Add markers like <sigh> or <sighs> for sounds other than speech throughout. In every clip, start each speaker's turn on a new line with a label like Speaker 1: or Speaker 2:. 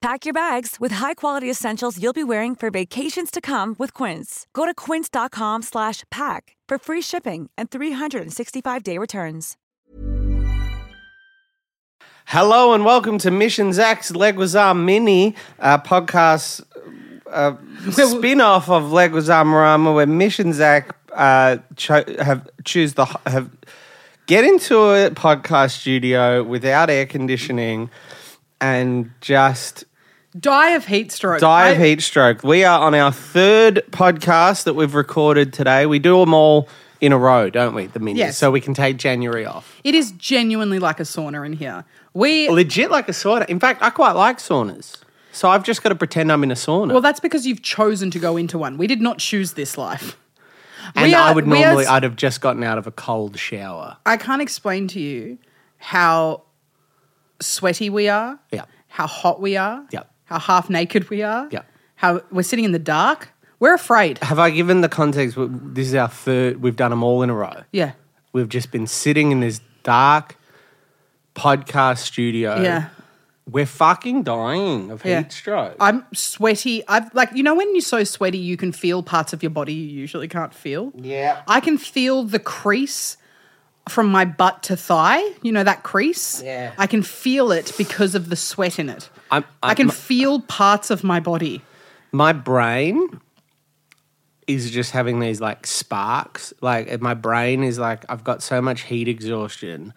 Speaker 1: Pack your bags with high-quality essentials you'll be wearing for vacations to come with Quince. Go to quince.com/pack for free shipping and 365-day returns.
Speaker 2: Hello and welcome to Mission Zach's Leguizamo Mini uh, podcast
Speaker 3: <laughs>
Speaker 2: uh, spin-off of Leguizamo Rama, where Mission Zach uh, cho- have choose the h- have get into a podcast studio without air conditioning and just
Speaker 3: Die of heat stroke.
Speaker 2: die of
Speaker 3: I-
Speaker 2: heat stroke. We are on our third podcast that we've recorded today. We do them all in a row, don't we? The mini,
Speaker 3: Yes.
Speaker 2: so we can take January off.
Speaker 3: It is genuinely like a sauna in here. We well,
Speaker 2: Legit like a sauna. In fact, I quite like saunas. So I've just got to pretend I'm in a sauna.
Speaker 3: that's because you've chosen to go into one. We did not choose this life.
Speaker 2: and
Speaker 3: we
Speaker 2: I
Speaker 3: are-
Speaker 2: would
Speaker 3: we are
Speaker 2: normally,
Speaker 3: s-
Speaker 2: I'd have just gotten out of a cold shower.
Speaker 3: I can't explain to you how sweaty we are.
Speaker 2: Yeah.
Speaker 3: How hot we are.
Speaker 2: Yeah.
Speaker 3: How half naked we are.
Speaker 2: Yeah.
Speaker 3: How we're sitting in the dark. We're
Speaker 2: <laughs>
Speaker 3: afraid.
Speaker 2: Have I given the context? W- This is our third. We've done them all in a row.
Speaker 3: Yeah.
Speaker 2: We've just been sitting in this dark podcast studio.
Speaker 3: Yeah.
Speaker 2: We're fucking dying of
Speaker 3: Yeah.
Speaker 2: heat stroke.
Speaker 3: I'm sweaty. I've like you know when you're so sweaty you can feel parts of your body you usually can't feel.
Speaker 2: Yeah.
Speaker 3: I can feel the crease from my butt to thigh. You know that crease?
Speaker 2: Yeah.
Speaker 3: I can feel it because of the sweat in it.
Speaker 2: I'm-
Speaker 3: I can
Speaker 2: I'm-
Speaker 3: feel parts of my body.
Speaker 2: my brain is just having these like sparks. Like my brain is like I've got so much heat exhaustion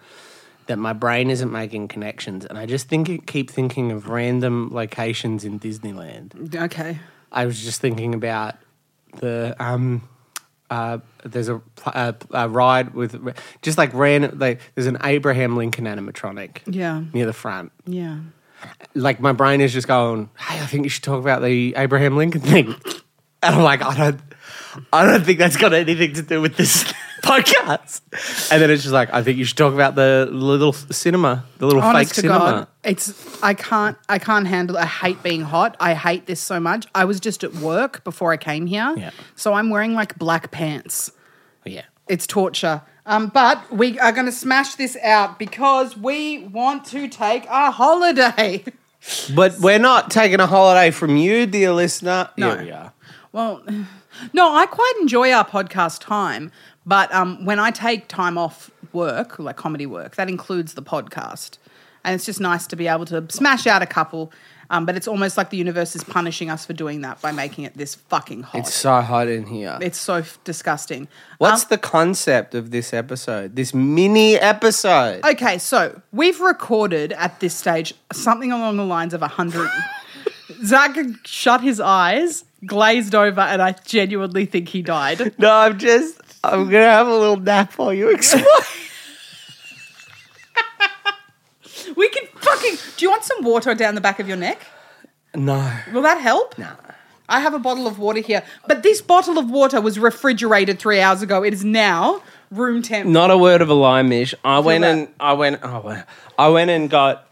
Speaker 2: that my brain isn't making connections, and I just think keep thinking of random locations in Disneyland.
Speaker 3: Okay.
Speaker 2: I was just thinking about the um. Uh, there's a, pl- uh a ride with just like random like there's an Abraham Lincoln animatronic
Speaker 3: Yeah.
Speaker 2: near the front
Speaker 3: Yeah.
Speaker 2: like my brain is just going, hey, I think you should talk about the Abraham Lincoln thing. <laughs> And I'm like, I don't, I don't think that's got anything to do with this <laughs> podcast. And then it's just like, I think you should talk about the little cinema, the little
Speaker 3: Honest
Speaker 2: fake
Speaker 3: to
Speaker 2: cinema.
Speaker 3: God, it's I can't I can't handle. I hate being hot. I hate this so much. I was just at work before I came here,
Speaker 2: Yeah.
Speaker 3: so I'm wearing like black pants.
Speaker 2: Yeah.
Speaker 3: It's torture. Um, but we are going to smash this out because we want to take a holiday. <laughs>
Speaker 2: But we're not taking a holiday from you, dear listener.
Speaker 3: No.
Speaker 2: Here we are.
Speaker 3: Well, <sighs> no, I quite enjoy our podcast time, but um, when I take time off work, like comedy work, that includes the podcast. And it's just nice to be able to smash out a couple. Um, but it's almost like the universe is punishing us for doing that by making it this fucking hot.
Speaker 2: It's
Speaker 3: It's,
Speaker 2: so hot in here.
Speaker 3: so f- disgusting.
Speaker 2: What's the concept of this episode? This mini episode?
Speaker 3: Okay, so we've recorded at this stage something along the lines of <laughs> 100. Zach shut his eyes, glazed over, and I genuinely think he died.
Speaker 2: No, I'm just. I'm gonna have a little nap while you explain.
Speaker 3: We can fucking. Do you want some water down the back of your neck?
Speaker 2: <laughs> no.
Speaker 3: Will that help? No. I have a bottle of water here, but this bottle of water was refrigerated three hours ago. It is now room temp.
Speaker 2: not a word of a lie, Mish. I went
Speaker 3: that.
Speaker 2: and I went. Oh, wow. I went and got.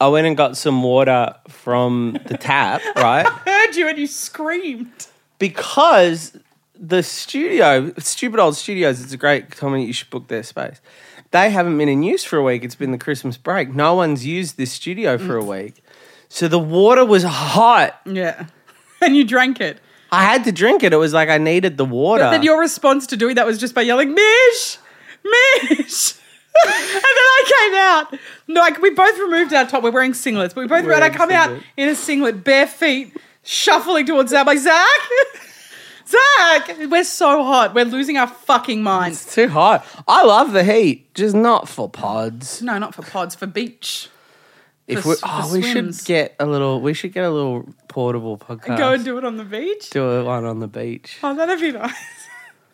Speaker 2: I went and got some water from the <laughs> tap, right?
Speaker 3: I heard you and you screamed.
Speaker 2: because the studio, stupid old studios, it's a great company. You should book their space. They haven't been in use for a week. It's been the Christmas break. No one's used this studio for a week, so the water was hot.
Speaker 3: Yeah. <laughs> And you drank it.
Speaker 2: I had to drink it. It was like I needed the water.
Speaker 3: But then your response to doing that was just by yelling, Mish! Mish! <laughs> and then I came out. No, like we both removed our top. We're wearing singlets, but we both and I
Speaker 2: Wearing
Speaker 3: come out
Speaker 2: singlet.
Speaker 3: in a singlet, bare feet, shuffling towards Zach. <laughs> I'm like, Zach! Zach! We're so hot. We're losing our fucking minds.
Speaker 2: Too hot. I love the heat, just not for pods.
Speaker 3: No, not for pods, for beach.
Speaker 2: If
Speaker 3: for
Speaker 2: we,
Speaker 3: s-
Speaker 2: oh,
Speaker 3: for
Speaker 2: we should
Speaker 3: swims.
Speaker 2: get a little. We should get a little portable podcast.
Speaker 3: Go and do it on the
Speaker 2: <laughs>
Speaker 3: beach.
Speaker 2: do a one on the beach.
Speaker 3: Oh, that'd be <laughs> nice.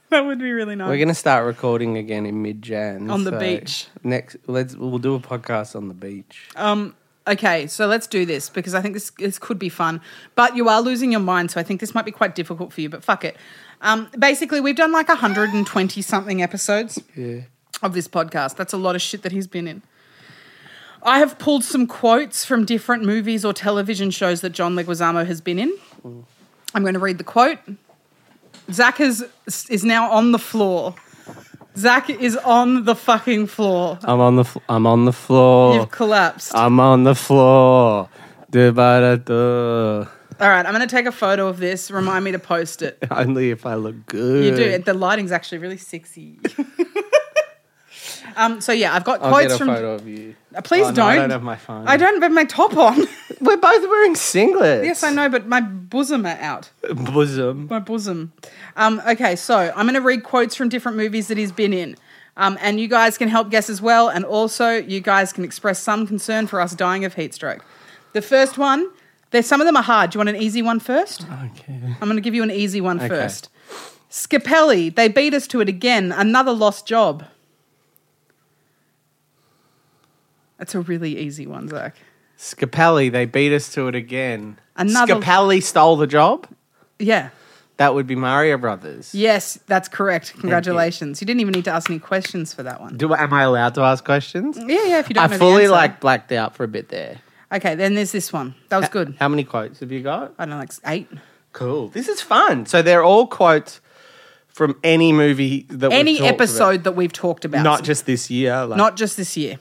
Speaker 3: that would be really nice.
Speaker 2: We're gonna start recording again in mid Jan
Speaker 3: On the beach. Uh,
Speaker 2: Next, let's we'll do a podcast on the beach.
Speaker 3: Um, Okay, so let's do this because I think this this could be fun. But you are losing your mind, so I think this might be quite difficult for you. But fuck it. Um, basically, we've done like 120 something episodes.
Speaker 2: yeah.
Speaker 3: of this podcast. That's a lot of shit that he's been in. I have pulled some quotes from different movies or television shows that John Leguizamo has been in. I'm going to read the quote. Zach is is now on the floor. Zach is on the fucking floor.
Speaker 2: I'm on the fl- I'm on the floor.
Speaker 3: You've collapsed.
Speaker 2: I'm on the floor. Du-ba-da-du.
Speaker 3: All right, I'm going to take a photo of this. Remind me to post it.
Speaker 2: <laughs> Only if I look
Speaker 3: You
Speaker 2: good.
Speaker 3: do. The lighting's actually
Speaker 2: <laughs>
Speaker 3: really sexy. um. So yeah, I've got
Speaker 2: I'll
Speaker 3: quotes
Speaker 2: get a
Speaker 3: from.
Speaker 2: photo of you.
Speaker 3: Uh, Please
Speaker 2: Oh,
Speaker 3: don't.
Speaker 2: no, I don't have my phone.
Speaker 3: I don't have my top on.
Speaker 2: <laughs> We're both wearing singlets.
Speaker 3: yes, I know, but my bosom are out.
Speaker 2: <laughs> Bosom.
Speaker 3: My bosom. Um, okay, so I'm going to read quotes from different movies that he's been in. Um, and you guys can help guess as well. And also, you guys can express some concern for us dying of heat stroke. The first one, there's some of them are hard. Do you want an easy one first?
Speaker 2: Okay.
Speaker 3: I'm going to give you an easy one
Speaker 2: Okay.
Speaker 3: first. Scapelli, they beat us to it again. Another lost job. That's a really easy one, Zach.
Speaker 2: Scapelli, they beat us to it again.
Speaker 3: Another-
Speaker 2: Scapelli stole the job.
Speaker 3: Yeah.
Speaker 2: That would be Mario Brothers.
Speaker 3: Yes, that's correct. Congratulations. You. didn't even need to ask any questions for that one.
Speaker 2: Do am I allowed to ask questions?
Speaker 3: Yeah, yeah, if you don't know
Speaker 2: I
Speaker 3: the
Speaker 2: fully
Speaker 3: answer.
Speaker 2: like blacked out for a bit there.
Speaker 3: Okay, then there's this one. That was good.
Speaker 2: How many quotes have you got?
Speaker 3: I don't know, like eight.
Speaker 2: Cool. This is fun. So they're all quotes from any movie that we've
Speaker 3: Any
Speaker 2: talked about.
Speaker 3: episode that we've talked about.
Speaker 2: not just this year. Like,
Speaker 3: not just this year.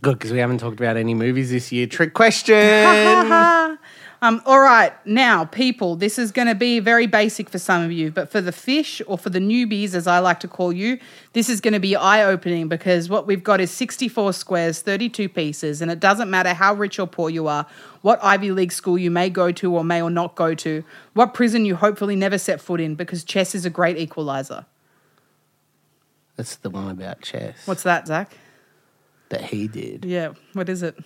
Speaker 2: good because we haven't talked about any movies this year. Trick
Speaker 3: <laughs>
Speaker 2: question.
Speaker 3: Um, all right, now, people, this is going to be very basic for some of you, but for the fish or for the newbies, as I like to call you, this is going to be eye opening because what we've got is 64 squares, 32 pieces, and it doesn't matter how rich or poor you are, what Ivy League school you may go to or may or not go to, what prison you hopefully never set foot in because chess is a great equalizer.
Speaker 2: That's the one about chess
Speaker 3: What's that, Zach?
Speaker 2: that he did.
Speaker 3: Yeah, what is it?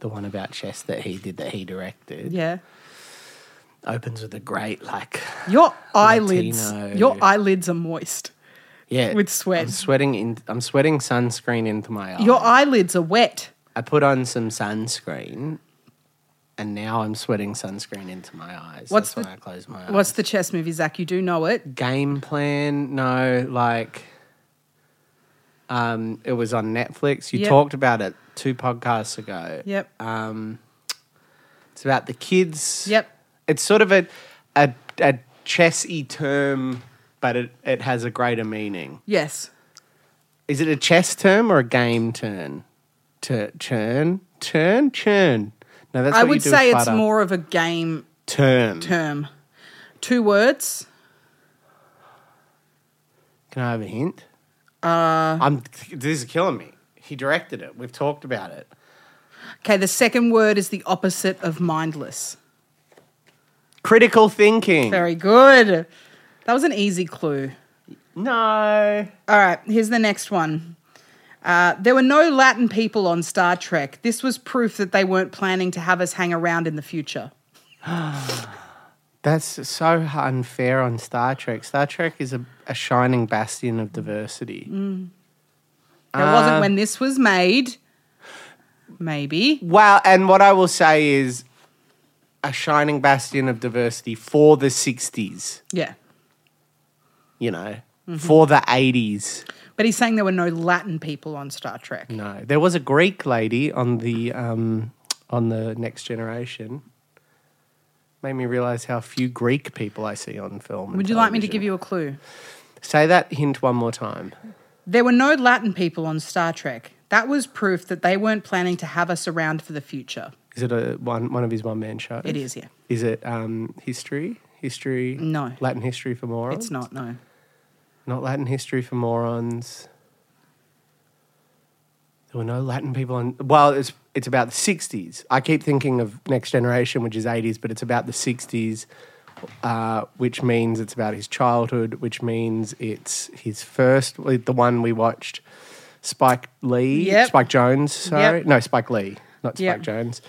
Speaker 2: The one about chess that he did that he directed.
Speaker 3: Yeah.
Speaker 2: Opens with a great like.
Speaker 3: Your eyelids,
Speaker 2: Latino.
Speaker 3: your eyelids are moist.
Speaker 2: Yeah,
Speaker 3: With sweat.
Speaker 2: I'm sweating in. I'm sweating sunscreen into my eye.
Speaker 3: Your eyelids are wet.
Speaker 2: I put on some sunscreen, and now I'm sweating sunscreen into my eyes. That's
Speaker 3: What's the-
Speaker 2: when I close my eyes.
Speaker 3: What's the chess movie, Zach? You do know it.
Speaker 2: game plan? No, like, um, it was on Netflix. You
Speaker 3: Yep.
Speaker 2: talked about it two podcasts ago.
Speaker 3: Yep.
Speaker 2: Um, it's about the kids.
Speaker 3: Yep.
Speaker 2: It's sort of a a, a chessy term, but it, it has a greater meaning.
Speaker 3: Yes.
Speaker 2: Is it a chess term or a game turn? Tur churn, turn, churn. No, that's
Speaker 3: I
Speaker 2: what you
Speaker 3: would
Speaker 2: do
Speaker 3: say
Speaker 2: with
Speaker 3: it's
Speaker 2: butter.
Speaker 3: more of a game
Speaker 2: term.
Speaker 3: term. Two words.
Speaker 2: Can I have a hint? Uh, I'm. This is killing me. He directed it. We've talked about it.
Speaker 3: Okay, the second word is the opposite of mindless.
Speaker 2: Critical thinking.
Speaker 3: Very good. That was an easy clue.
Speaker 2: No.
Speaker 3: All right, here's the next one. Uh, there were no Latin people on Star Trek. This was proof that they weren't planning to have us hang around in the future.
Speaker 2: That's so unfair on Star Trek. Star Trek is a, a shining bastion of diversity.
Speaker 3: Mm. That
Speaker 2: Uh.
Speaker 3: wasn't when this was made. Maybe.
Speaker 2: Well, and what I will say is a shining bastion of diversity for the 60s,
Speaker 3: Yeah.
Speaker 2: you know,
Speaker 3: Mm-hmm.
Speaker 2: for the 80s.
Speaker 3: But he's saying there were no Latin people on Star Trek.
Speaker 2: No, there was a Greek lady on the um, on the Next Generation. Made me realize how few Greek people I see on film. and
Speaker 3: Would you like me to give
Speaker 2: television.
Speaker 3: you a clue?
Speaker 2: Say that hint one more time.
Speaker 3: There were no Latin people on Star Trek. That was proof that they weren't planning to have us around for the future.
Speaker 2: Is it a one one of his one man shows?
Speaker 3: It is, yeah.
Speaker 2: Is it um, history? History?
Speaker 3: No.
Speaker 2: Latin history for morons.
Speaker 3: It's not, no.
Speaker 2: Not Latin history for morons. There were no Latin people on. Well, it's it's about the '60s. I keep thinking of Next Generation, which is '80s, but it's about the '60s, uh, which means it's about his childhood, which means it's his first, the one we watched, Spike Lee,
Speaker 3: Yep.
Speaker 2: Spike Jones. Sorry,
Speaker 3: Yep.
Speaker 2: no, Spike Lee, not Spike
Speaker 3: Yep.
Speaker 2: Jones.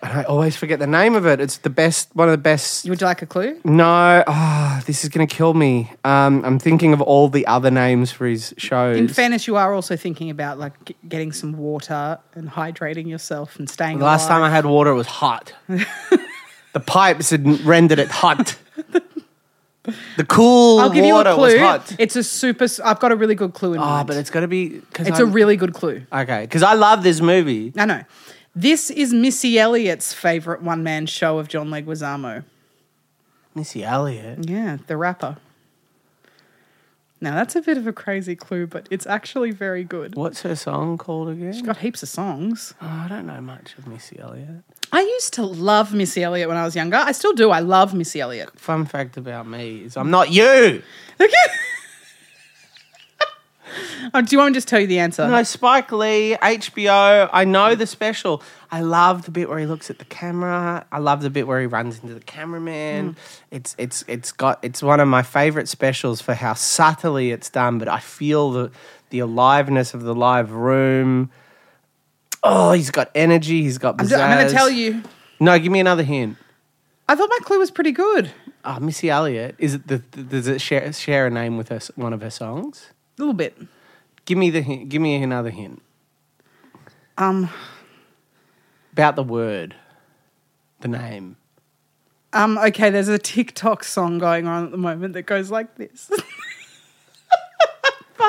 Speaker 2: And I always forget the name of it. It's the best, one of the best.
Speaker 3: Would you like a clue?
Speaker 2: No, ah, this is going to kill me. Um, I'm thinking of all the other names for his shows.
Speaker 3: In fairness, you are also thinking about like g- getting some water and hydrating yourself and staying
Speaker 2: the last time
Speaker 3: alive.
Speaker 2: I had <laughs> water, it was hot. the pipes had rendered it hot. The cool
Speaker 3: I'll give you
Speaker 2: water
Speaker 3: a clue.
Speaker 2: was hot.
Speaker 3: It's a super. s- I've got a really good clue in
Speaker 2: Oh,
Speaker 3: mind.
Speaker 2: but it's got to be because
Speaker 3: it's a really good clue.
Speaker 2: okay. Because I love this movie.
Speaker 3: I know. This is Missy Elliott's favorite one man show of John Leguizamo.
Speaker 2: Missy Elliott.
Speaker 3: Yeah, the rapper. Now that's a bit of a crazy clue, but it's actually very good.
Speaker 2: What's her song called again?
Speaker 3: She's got heaps of songs.
Speaker 2: Oh, I don't know much of Missy Elliott.
Speaker 3: I used to love Missy Elliott when I was younger. I still do. I love Missy Elliott.
Speaker 2: Fun fact about me is I'm not you.
Speaker 3: Oh, do you want me to just tell you the answer?
Speaker 2: No, Spike Lee, HBO. I know the special. I love the bit where he looks at the camera. I love the bit where he runs into the
Speaker 3: Mm.
Speaker 2: cameraman. It's it's it's got it's one of my favorite specials for how subtly it's done, but I feel the the aliveness of the live room. Oh, he's got energy. He's got.
Speaker 3: I'm, ju- I'm going
Speaker 2: pizzazz.
Speaker 3: to tell you.
Speaker 2: No, give me another hint.
Speaker 3: I thought my clue was pretty good.
Speaker 2: Ah, Missy Elliott. Is it the, the does it share share a name with her s- one of her songs?
Speaker 3: A little bit.
Speaker 2: Give me the hint. Give me another hint.
Speaker 3: Um,
Speaker 2: About the word, the name.
Speaker 3: um, okay, there's a TikTok song going on at the moment that goes like this. <laughs> I'm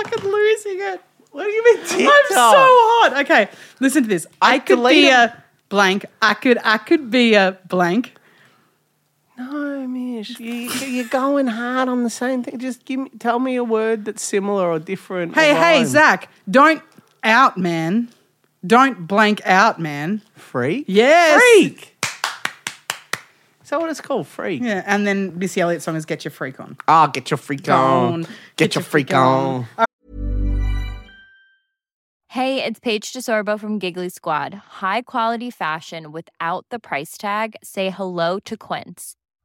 Speaker 3: fucking losing it.
Speaker 2: What do you mean
Speaker 3: I'm so hot. Okay, listen to this. I,
Speaker 2: I
Speaker 3: could be
Speaker 2: deleted-
Speaker 3: a blank. I could I could be a blank.
Speaker 2: no, Mish. You, you're going hard on the same thing. Just give me, tell me a word that's similar or different. or
Speaker 3: Hey, hey,
Speaker 2: rhyme.
Speaker 3: Zach, don't out, man. Don't blank out, man.
Speaker 2: Freak.
Speaker 3: Yes.
Speaker 2: Freak. Is that what it's called? Freak.
Speaker 3: Yeah, and then Missy Elliott's song is "Get Your Freak On."
Speaker 2: Ah, get your freak on.
Speaker 3: On.
Speaker 2: Get, your, freak, on.
Speaker 4: Hey, it's Paige DeSorbo from Giggly Squad. High quality fashion without the price tag. Say hello to Quince.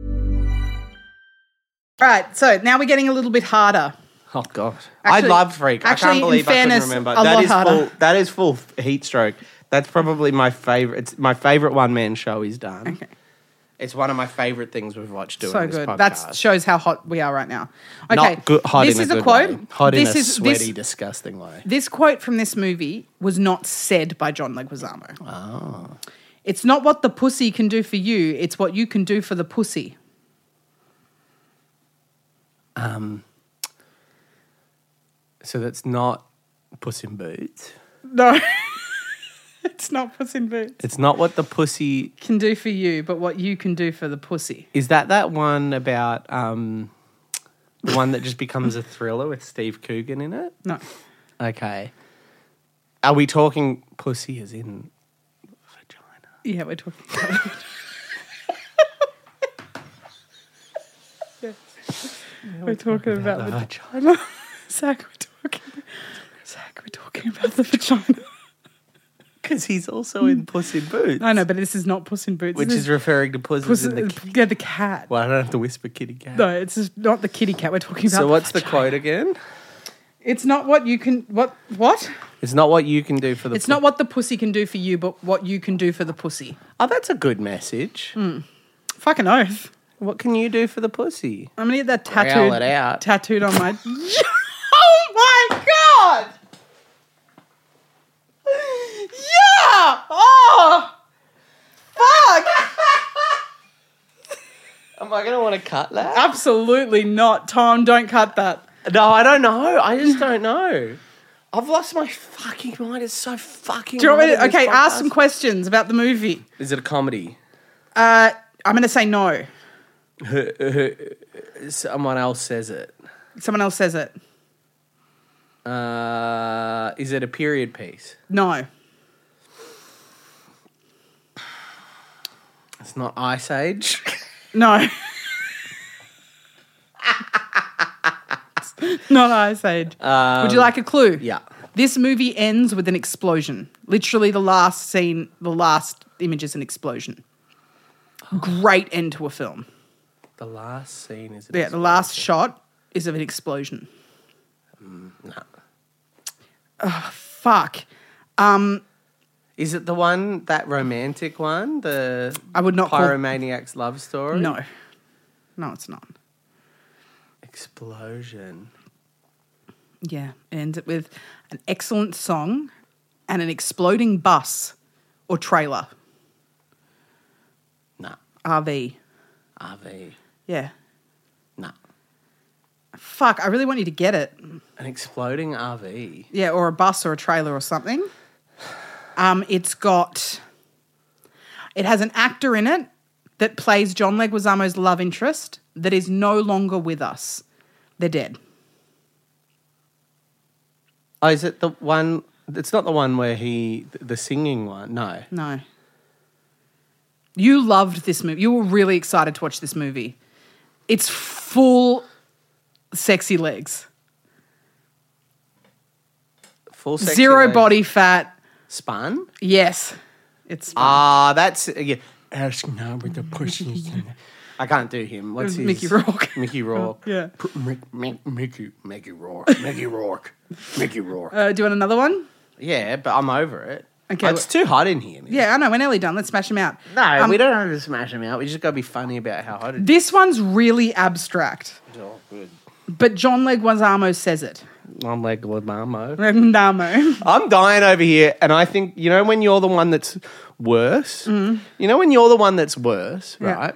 Speaker 3: All right, so now we're getting a little bit harder.
Speaker 2: Oh god,
Speaker 3: Actually-
Speaker 2: I love Freak.
Speaker 3: actually,
Speaker 2: I
Speaker 3: in
Speaker 2: can't believe I
Speaker 3: fairness,
Speaker 2: couldn't remember.
Speaker 3: a lot
Speaker 2: That is
Speaker 3: harder.
Speaker 2: full. That is full heat stroke. That's probably my favorite. It's my favorite one man show he's done.
Speaker 3: Okay.
Speaker 2: It's one of my favorite things we've watched doing
Speaker 3: so
Speaker 2: this
Speaker 3: good.
Speaker 2: podcast.
Speaker 3: That shows how hot we are right now. Okay,
Speaker 2: Not good, hot
Speaker 3: this
Speaker 2: in
Speaker 3: is
Speaker 2: a,
Speaker 3: a,
Speaker 2: good
Speaker 3: quote.
Speaker 2: Way. Hot
Speaker 3: this
Speaker 2: in a
Speaker 3: is
Speaker 2: sweaty,
Speaker 3: This,
Speaker 2: disgusting way.
Speaker 3: this quote from this movie was not said by John Leguizamo. Oh. It's not what the pussy can do for you; it's what you can do for the pussy.
Speaker 2: So that's not Puss in Boots.
Speaker 3: No, <laughs> it's not Puss in Boots
Speaker 2: It's not what the pussy
Speaker 3: can do for you, but what you can do for the pussy.
Speaker 2: is. That that one about um, the one that just becomes a thriller with Steve Coogan in it.
Speaker 3: No,
Speaker 2: Okay. Are we talking pussy as in vagina?
Speaker 3: yeah, we're talking. About Yes. We're talking about the
Speaker 2: Vagina. <laughs>
Speaker 3: Zach, we're talking. Zach, we're talking about the vagina.
Speaker 2: Because he's also in Puss in Boots.
Speaker 3: I know, but this is not Puss in Boots.
Speaker 2: Which
Speaker 3: This
Speaker 2: is referring to puss,
Speaker 3: Puss
Speaker 2: in the
Speaker 3: the,
Speaker 2: kitty.
Speaker 3: yeah, the cat.
Speaker 2: Well, I don't have to whisper kitty cat.
Speaker 3: No, it's just not the kitty cat. We're talking about.
Speaker 2: So what's the
Speaker 3: vagina.
Speaker 2: quote again?
Speaker 3: <laughs> It's not what you can. What what?
Speaker 2: It's not what you can do for the.
Speaker 3: It's not what the pussy can do for you, but what you can do for the pussy.
Speaker 2: Oh, that's a good message.
Speaker 3: Hmm. Fucking oath.
Speaker 2: What can you do for the pussy?
Speaker 3: I'm gonna get that
Speaker 2: Growl
Speaker 3: tattooed.
Speaker 2: it out.
Speaker 3: Tattooed on my. <laughs> oh my god! Yeah! Oh! Fuck!
Speaker 2: Am I going to want to cut that?
Speaker 3: Absolutely not, Tom. Don't cut that.
Speaker 2: Uh, no, I don't know. I just don't know. I've lost my fucking mind. It's so fucking.
Speaker 3: Do you want me
Speaker 2: hard
Speaker 3: to,
Speaker 2: in this
Speaker 3: okay, ask
Speaker 2: podcast.
Speaker 3: some questions about the movie.
Speaker 2: Is it a comedy?
Speaker 3: Uh, I'm going to say no.
Speaker 2: Someone else says it.
Speaker 3: Someone else says it.
Speaker 2: Uh, is it a period piece?
Speaker 3: No.
Speaker 2: It's not Ice <laughs> Age.
Speaker 3: No. <laughs> not Ice Age. Would you like a clue?
Speaker 2: yeah.
Speaker 3: This movie ends with an explosion. Literally, the last scene, the last image is an explosion. Great end to a film.
Speaker 2: The last scene is an
Speaker 3: Yeah, the last shot is of an explosion.
Speaker 2: explosion. No.
Speaker 3: Fuck. Um,
Speaker 2: Is it the one that romantic one? The
Speaker 3: I would not call-
Speaker 2: pyromaniac's love story.
Speaker 3: no. No, it's not.
Speaker 2: explosion.
Speaker 3: Yeah, it ends it with an excellent song and an exploding bus or trailer,
Speaker 2: No.
Speaker 3: RV.
Speaker 2: RV.
Speaker 3: Yeah.
Speaker 2: No.
Speaker 3: Fuck, I really want you to get it.
Speaker 2: An exploding RV.
Speaker 3: Yeah, or a bus or a trailer or something. Um, it's got, it has an actor in it that plays John Leguizamo's love interest that is no longer with us. They're dead.
Speaker 2: Oh, is it the one? It's not the one where he the singing one. No.
Speaker 3: No. You loved this movie. You were really excited to watch this movie. It's full sexy legs,
Speaker 2: Full sexy
Speaker 3: zero
Speaker 2: legs.
Speaker 3: body fat.
Speaker 2: spun.
Speaker 3: Yes. It's
Speaker 2: Ah, that's yeah. Ask now <laughs> with the pushes. I can't do him. What's his?
Speaker 3: Mickey Rourke.
Speaker 2: Mickey Rourke.
Speaker 3: Yeah.
Speaker 2: P- Mick- Mick- Mickey. Mickey
Speaker 3: <laughs>
Speaker 2: Rourke. Mickey Rourke. Mickey Rourke.
Speaker 3: Uh, do you want another one?
Speaker 2: Yeah, but I'm over it.
Speaker 3: Okay,
Speaker 2: it's too hot in here. man.
Speaker 3: Yeah, I know. We're nearly done. Let's smash them out.
Speaker 2: No,
Speaker 3: Um,
Speaker 2: we don't have to smash them out. We just got to be funny about how hot it is.
Speaker 3: This one's really abstract,
Speaker 2: Oh, good.
Speaker 3: but John Leguizamo says it.
Speaker 2: I'm like Guadamo. <laughs>
Speaker 3: Leguizamo.
Speaker 2: I'm dying over here, and I think you know when you're the one that's worse. You know when you're the one that's worse,
Speaker 3: Mm. Yeah.
Speaker 2: right?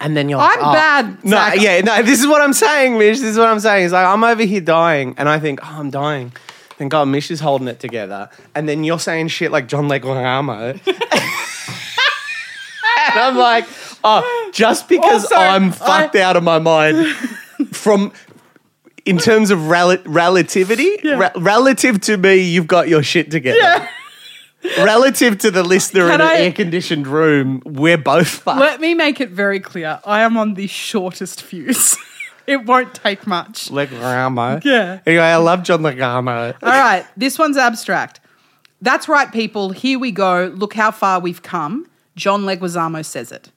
Speaker 2: And then you're like,
Speaker 3: I'm
Speaker 2: oh.
Speaker 3: bad,
Speaker 2: No,
Speaker 3: Zach.
Speaker 2: yeah, no. This is what I'm saying, Mish. This is what I'm saying. It's like I'm over here dying, and I think, oh, I'm dying. Thank God, Mish is holding it together. And then you're saying shit like John Leguizamo. <laughs> and I'm like, oh, just because
Speaker 3: Also,
Speaker 2: I'm fucked out of my mind from in terms of rel- relativity, re- relative to me, you've got your shit together. relative to the listener
Speaker 3: Can
Speaker 2: in
Speaker 3: I-
Speaker 2: an air conditioned room, we're both fucked.
Speaker 3: Let me make it very clear. I am on the shortest fuse. <laughs> it won't take much.
Speaker 2: Leguizamo.
Speaker 3: Yeah.
Speaker 2: Anyway, I love John Leguizamo.
Speaker 3: All right, this one's abstract. That's right, people. Here we go. Look how far we've come. John Leguizamo says it.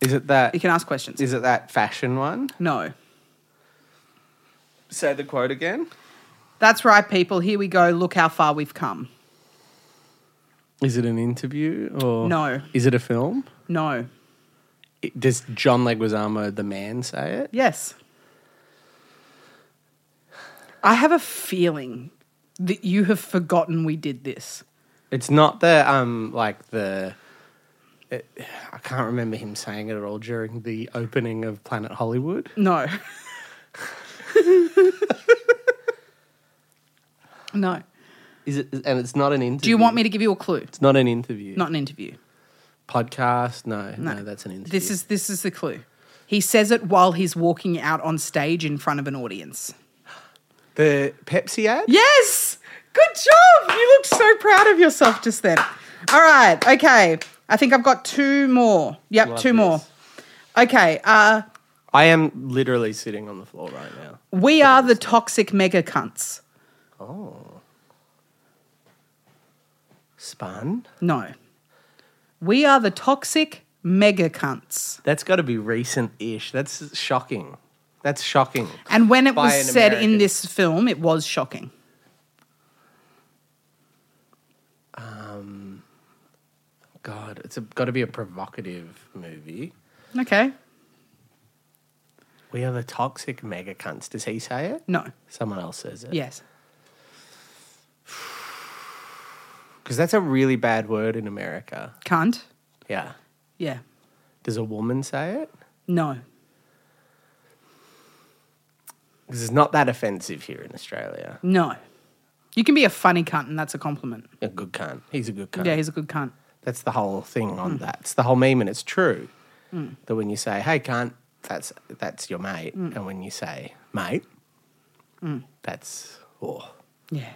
Speaker 2: Is it that?
Speaker 3: You can ask questions.
Speaker 2: Is it that fashion one?
Speaker 3: no.
Speaker 2: Say the quote again.
Speaker 3: That's right, people. Here we go. Look how far we've come.
Speaker 2: Is it an interview or
Speaker 3: No.
Speaker 2: Is it a film?
Speaker 3: No.
Speaker 2: It- does John Leguizamo, the man, say it?
Speaker 3: Yes. I have a feeling that you have forgotten we did this.
Speaker 2: It's not the um like the. It, I can't remember him saying it at all during the opening of Planet Hollywood.
Speaker 3: No. <laughs> no.
Speaker 2: Is it? And it's not an interview.
Speaker 3: Do you want me to give you a clue?
Speaker 2: It's not an interview.
Speaker 3: Not an interview.
Speaker 2: podcast. No, no, that's an interview.
Speaker 3: This is this is the clue. He says it while he's walking out on stage in front of an audience.
Speaker 2: the Pepsi ad.
Speaker 3: Yes! Good job! You look so proud of yourself just then. All right, okay. I think I've got two more. Yep,
Speaker 2: Love
Speaker 3: two more.
Speaker 2: this.
Speaker 3: Okay, uh,
Speaker 2: I am literally sitting on the floor right now.
Speaker 3: we are the toxic mega cunts.
Speaker 2: Spun.
Speaker 3: No. We are the toxic mega cunts.
Speaker 2: That's got to be recent-ish. That's shocking. That's shocking.
Speaker 3: And when it
Speaker 2: By
Speaker 3: was
Speaker 2: an
Speaker 3: said in
Speaker 2: American.
Speaker 3: this film, it was shocking.
Speaker 2: God, it's got to be a provocative movie.
Speaker 3: Okay.
Speaker 2: We are the toxic mega cunts. Does he say it?
Speaker 3: No.
Speaker 2: Someone else says it.
Speaker 3: Yes.
Speaker 2: Because that's a really bad word in America.
Speaker 3: Cunt.
Speaker 2: Yeah.
Speaker 3: Yeah.
Speaker 2: Does a woman say it?
Speaker 3: No.
Speaker 2: Because it's not that offensive here in Australia.
Speaker 3: No. You can be a funny cunt and that's a compliment.
Speaker 2: A good cunt. He's a good cunt.
Speaker 3: Yeah, he's a good cunt.
Speaker 2: That's the whole thing
Speaker 3: Mm.
Speaker 2: on that. It's the whole meme, and it's true that when you say "Hey, cunt," that's that's your mate,
Speaker 3: Mm.
Speaker 2: and when you say "mate," that's oh.
Speaker 3: Yeah.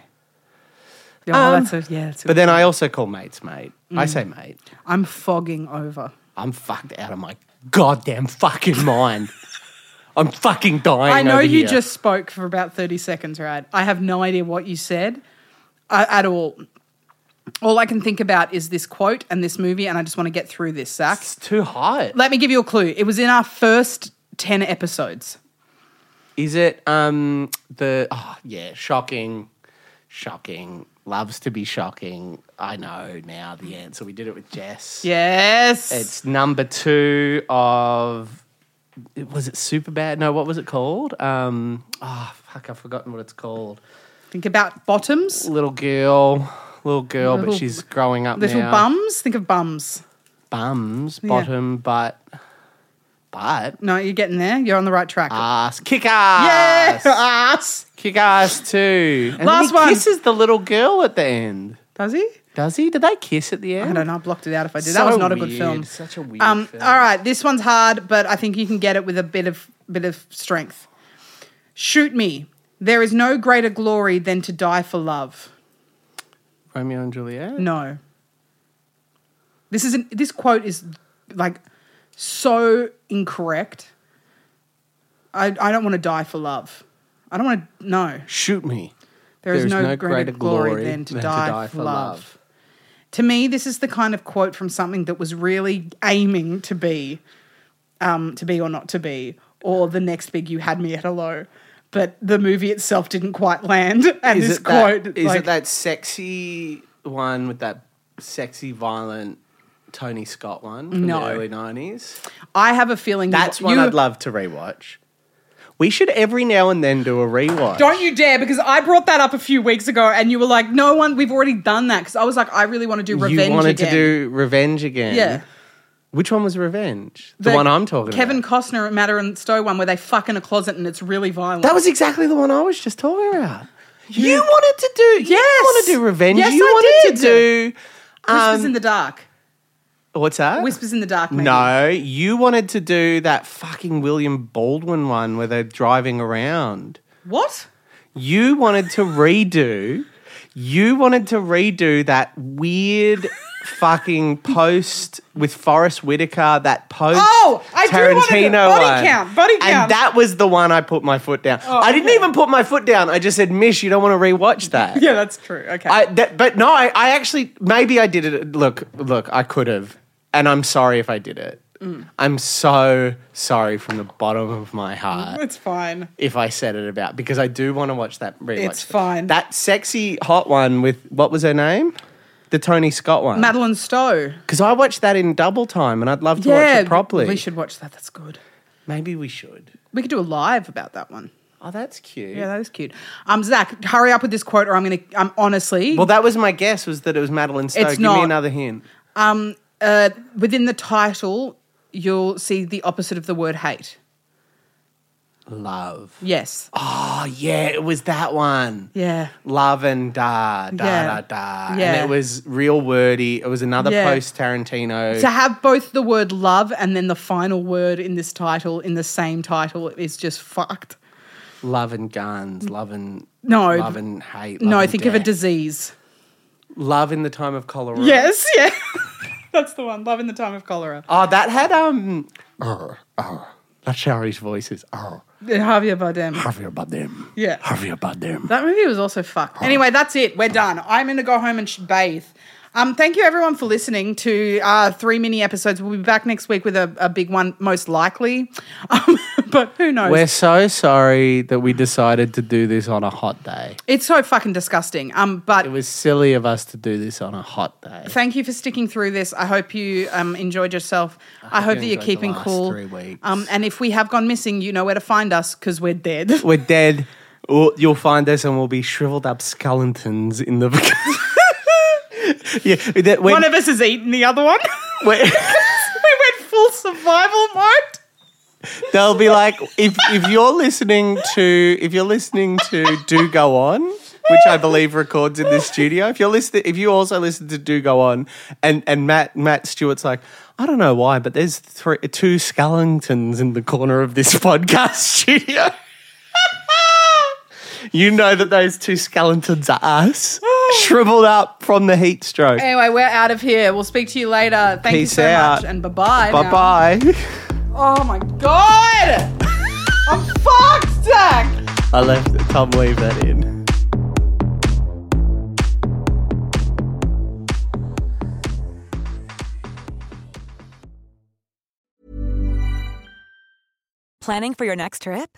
Speaker 3: Oh, that's a, yeah, that's
Speaker 2: Um,
Speaker 3: a
Speaker 2: But then I also call mates mate.
Speaker 3: Mm.
Speaker 2: I say mate.
Speaker 3: I'm fogging over.
Speaker 2: I'm fucked out of my goddamn fucking mind.
Speaker 3: <laughs>
Speaker 2: I'm fucking dying.
Speaker 3: I know
Speaker 2: over
Speaker 3: you
Speaker 2: here.
Speaker 3: just spoke for about 30 seconds, right? I have no idea what you said uh, at all. All I can think about is this quote and this movie, and I just want to get through this, Zach.
Speaker 2: It's too hot.
Speaker 3: Let me give you a clue. It was in our first 10 episodes.
Speaker 2: Is it um the oh yeah, shocking, shocking. Loves to be shocking. I know now the answer. We did it with Jess.
Speaker 3: Yes.
Speaker 2: It's number two of was it super bad? No, what was it called? Um oh fuck, I've forgotten what it's called.
Speaker 3: Think about bottoms,
Speaker 2: Little girl. Little girl,
Speaker 3: Little-
Speaker 2: but she's growing up
Speaker 3: little
Speaker 2: now.
Speaker 3: bums. Think of bums.
Speaker 2: Bums, bottom, butt, butt,
Speaker 3: No, you're getting there. You're on the right track.
Speaker 2: ass, kick ass.
Speaker 3: Yes. <laughs> Ass.
Speaker 2: Kick ass too. And
Speaker 3: Last
Speaker 2: then he
Speaker 3: one.
Speaker 2: kisses the little girl at the end.
Speaker 3: Does he?
Speaker 2: Does he? Did they kiss at the end?
Speaker 3: I don't know. I blocked it out if I did.
Speaker 2: So
Speaker 3: that was not a good
Speaker 2: weird.
Speaker 3: film.
Speaker 2: Such a weird
Speaker 3: Um,
Speaker 2: film.
Speaker 3: all right, this one's hard, but I think you can get it with a bit of bit of strength. Shoot me. There is no greater glory than to die for love.
Speaker 2: Romeo and Juliet.
Speaker 3: No. This isn't. This quote is like so incorrect. I I don't want to die for love. I don't want to. No.
Speaker 2: Shoot me.
Speaker 3: There is, no, greater, glory, than to die, for love. To me, this is the kind of quote from something that was really aiming to be, um, to be or not to be, or the next big you had me at hello. But the movie itself didn't quite land. <laughs> And
Speaker 2: Is
Speaker 3: this
Speaker 2: it
Speaker 3: quote,
Speaker 2: that, is
Speaker 3: like,
Speaker 2: it that sexy one with that sexy violent Tony Scott one from
Speaker 3: No.
Speaker 2: the early nineties?
Speaker 3: I have a feeling you-
Speaker 2: That's one
Speaker 3: you,
Speaker 2: I'd love to rewatch. We should every now and then do a rewatch.
Speaker 3: Don't you dare, because I brought that up a few weeks ago, and you were like, "No one, we've already done that." Because I was like, "I really want to do revenge."
Speaker 2: you wanted
Speaker 3: again.
Speaker 2: to do revenge again?
Speaker 3: Yeah.
Speaker 2: Which one was revenge? The, one I'm talking
Speaker 3: Kevin
Speaker 2: about.
Speaker 3: Costner and Matter and Stowe one where they fuck in a closet and it's really violent.
Speaker 2: That was exactly the one I was just talking about. You wanted to do. You
Speaker 3: Yes.
Speaker 2: wanted to do revenge.
Speaker 3: Yes,
Speaker 2: you
Speaker 3: I
Speaker 2: wanted
Speaker 3: did.
Speaker 2: to do.
Speaker 3: Whispers
Speaker 2: Um,
Speaker 3: in the Dark.
Speaker 2: what's that?
Speaker 3: Whispers in the Dark. Maybe.
Speaker 2: No, you wanted to do that fucking William Baldwin one where they're driving around. <laughs>
Speaker 3: What?
Speaker 2: You wanted
Speaker 3: <laughs>
Speaker 2: to redo. You wanted to redo that weird
Speaker 3: <laughs>
Speaker 2: fucking post with Forrest Whitaker. That post.
Speaker 3: Oh, I do wanna do-
Speaker 2: Tarantino
Speaker 3: body
Speaker 2: one.
Speaker 3: count, body Oh, count.
Speaker 2: And that was the one I put my foot down. I didn't even put my foot down. I just said, Mish, you don't want to rewatch that.
Speaker 3: <laughs> Yeah, that's true. Okay.
Speaker 2: I, that, but no, I, I actually maybe I did it. Look, look, I could have, and I'm sorry if I did it.
Speaker 3: Mm.
Speaker 2: I'm so sorry from the bottom of my heart
Speaker 3: it's fine.
Speaker 2: if I said it about because I do want to watch that. Rewatch
Speaker 3: Mm-hmm. It's fine.
Speaker 2: That sexy hot one with what was her name? The Tony Scott one.
Speaker 3: Madeline Stowe.
Speaker 2: Because I watched that in double time, and I'd love to watch it properly.
Speaker 3: We should watch that. That's good.
Speaker 2: Maybe we should.
Speaker 3: We could do a live about that one.
Speaker 2: Oh, that's cute.
Speaker 3: Yeah, that is cute. Um, Zach, hurry up with this quote, or I'm gonna. I'm honestly.
Speaker 2: well, that was my guess was that it was Madeline Stowe.
Speaker 3: It's
Speaker 2: Give
Speaker 3: not.
Speaker 2: me another hint.
Speaker 3: um, uh, within the title, you'll see the opposite of the word hate.
Speaker 2: Love.
Speaker 3: Yes.
Speaker 2: Oh yeah, it was that one.
Speaker 3: Yeah.
Speaker 2: love and da da da
Speaker 3: Yeah.
Speaker 2: da.
Speaker 3: Yeah.
Speaker 2: And it was real wordy. It was another
Speaker 3: Yeah.
Speaker 2: post Tarantino.
Speaker 3: To have both the word love and then the final word in this title in the same title is just fucked.
Speaker 2: love and guns, love and
Speaker 3: No.
Speaker 2: love and hate. love
Speaker 3: no,
Speaker 2: and
Speaker 3: think of a
Speaker 2: death.
Speaker 3: disease.
Speaker 2: Love in the time of cholera.
Speaker 3: Yes, yeah. <laughs> That's the one. Love in the time of cholera.
Speaker 2: Oh, that had um. Oh, oh, that's how his voice is. Oh,
Speaker 3: Javier Bardem.
Speaker 2: have you about them?
Speaker 3: Yeah.
Speaker 2: Have you about them?
Speaker 3: That movie was also fucked. Anyway, that's it. We're done. I'm going to go home and sh- bathe. Um, thank you everyone for listening to uh, three mini episodes. We'll be back next week with a, a big one, most likely. <laughs> Um, but who knows?
Speaker 2: We're so sorry that we decided to do this on a hot day.
Speaker 3: it's so fucking disgusting. Um, but
Speaker 2: It was silly of us to do this on a hot day.
Speaker 3: thank you for sticking through this. I hope you um, enjoyed yourself. I, hope
Speaker 2: you
Speaker 3: that you're
Speaker 2: enjoyed the
Speaker 3: keeping
Speaker 2: last
Speaker 3: cool.
Speaker 2: three weeks.
Speaker 3: Um, and if we have gone missing, you know where to find us because we're dead. <laughs>
Speaker 2: <laughs> We're dead. Or you'll find us and we'll be shriveled up skeletons in
Speaker 3: <laughs>
Speaker 2: the. <laughs> yeah, that when,
Speaker 3: one of us has eaten the
Speaker 2: <laughs>
Speaker 3: other one.
Speaker 2: when-
Speaker 3: <laughs> we went full survival mode.
Speaker 2: they'll be like if if you're listening to if you're listening to Do Go On, which I believe records in this studio. If you're listening, if you also listen to Do Go On, and and Matt Matt Stewart's like. I don't know why, but there's three, two skeletons in the corner of this podcast studio. you know that those two skeletons are us, shriveled up from the heat stroke.
Speaker 3: Anyway, we're out of here. We'll speak to you later. Thank you
Speaker 2: Peace
Speaker 3: so
Speaker 2: out.
Speaker 3: much and bye-bye. now.
Speaker 2: Bye bye.
Speaker 3: Oh my god! <laughs> I'm fucked, Zach!
Speaker 2: I left Tom leave that in.
Speaker 1: Planning for your next trip?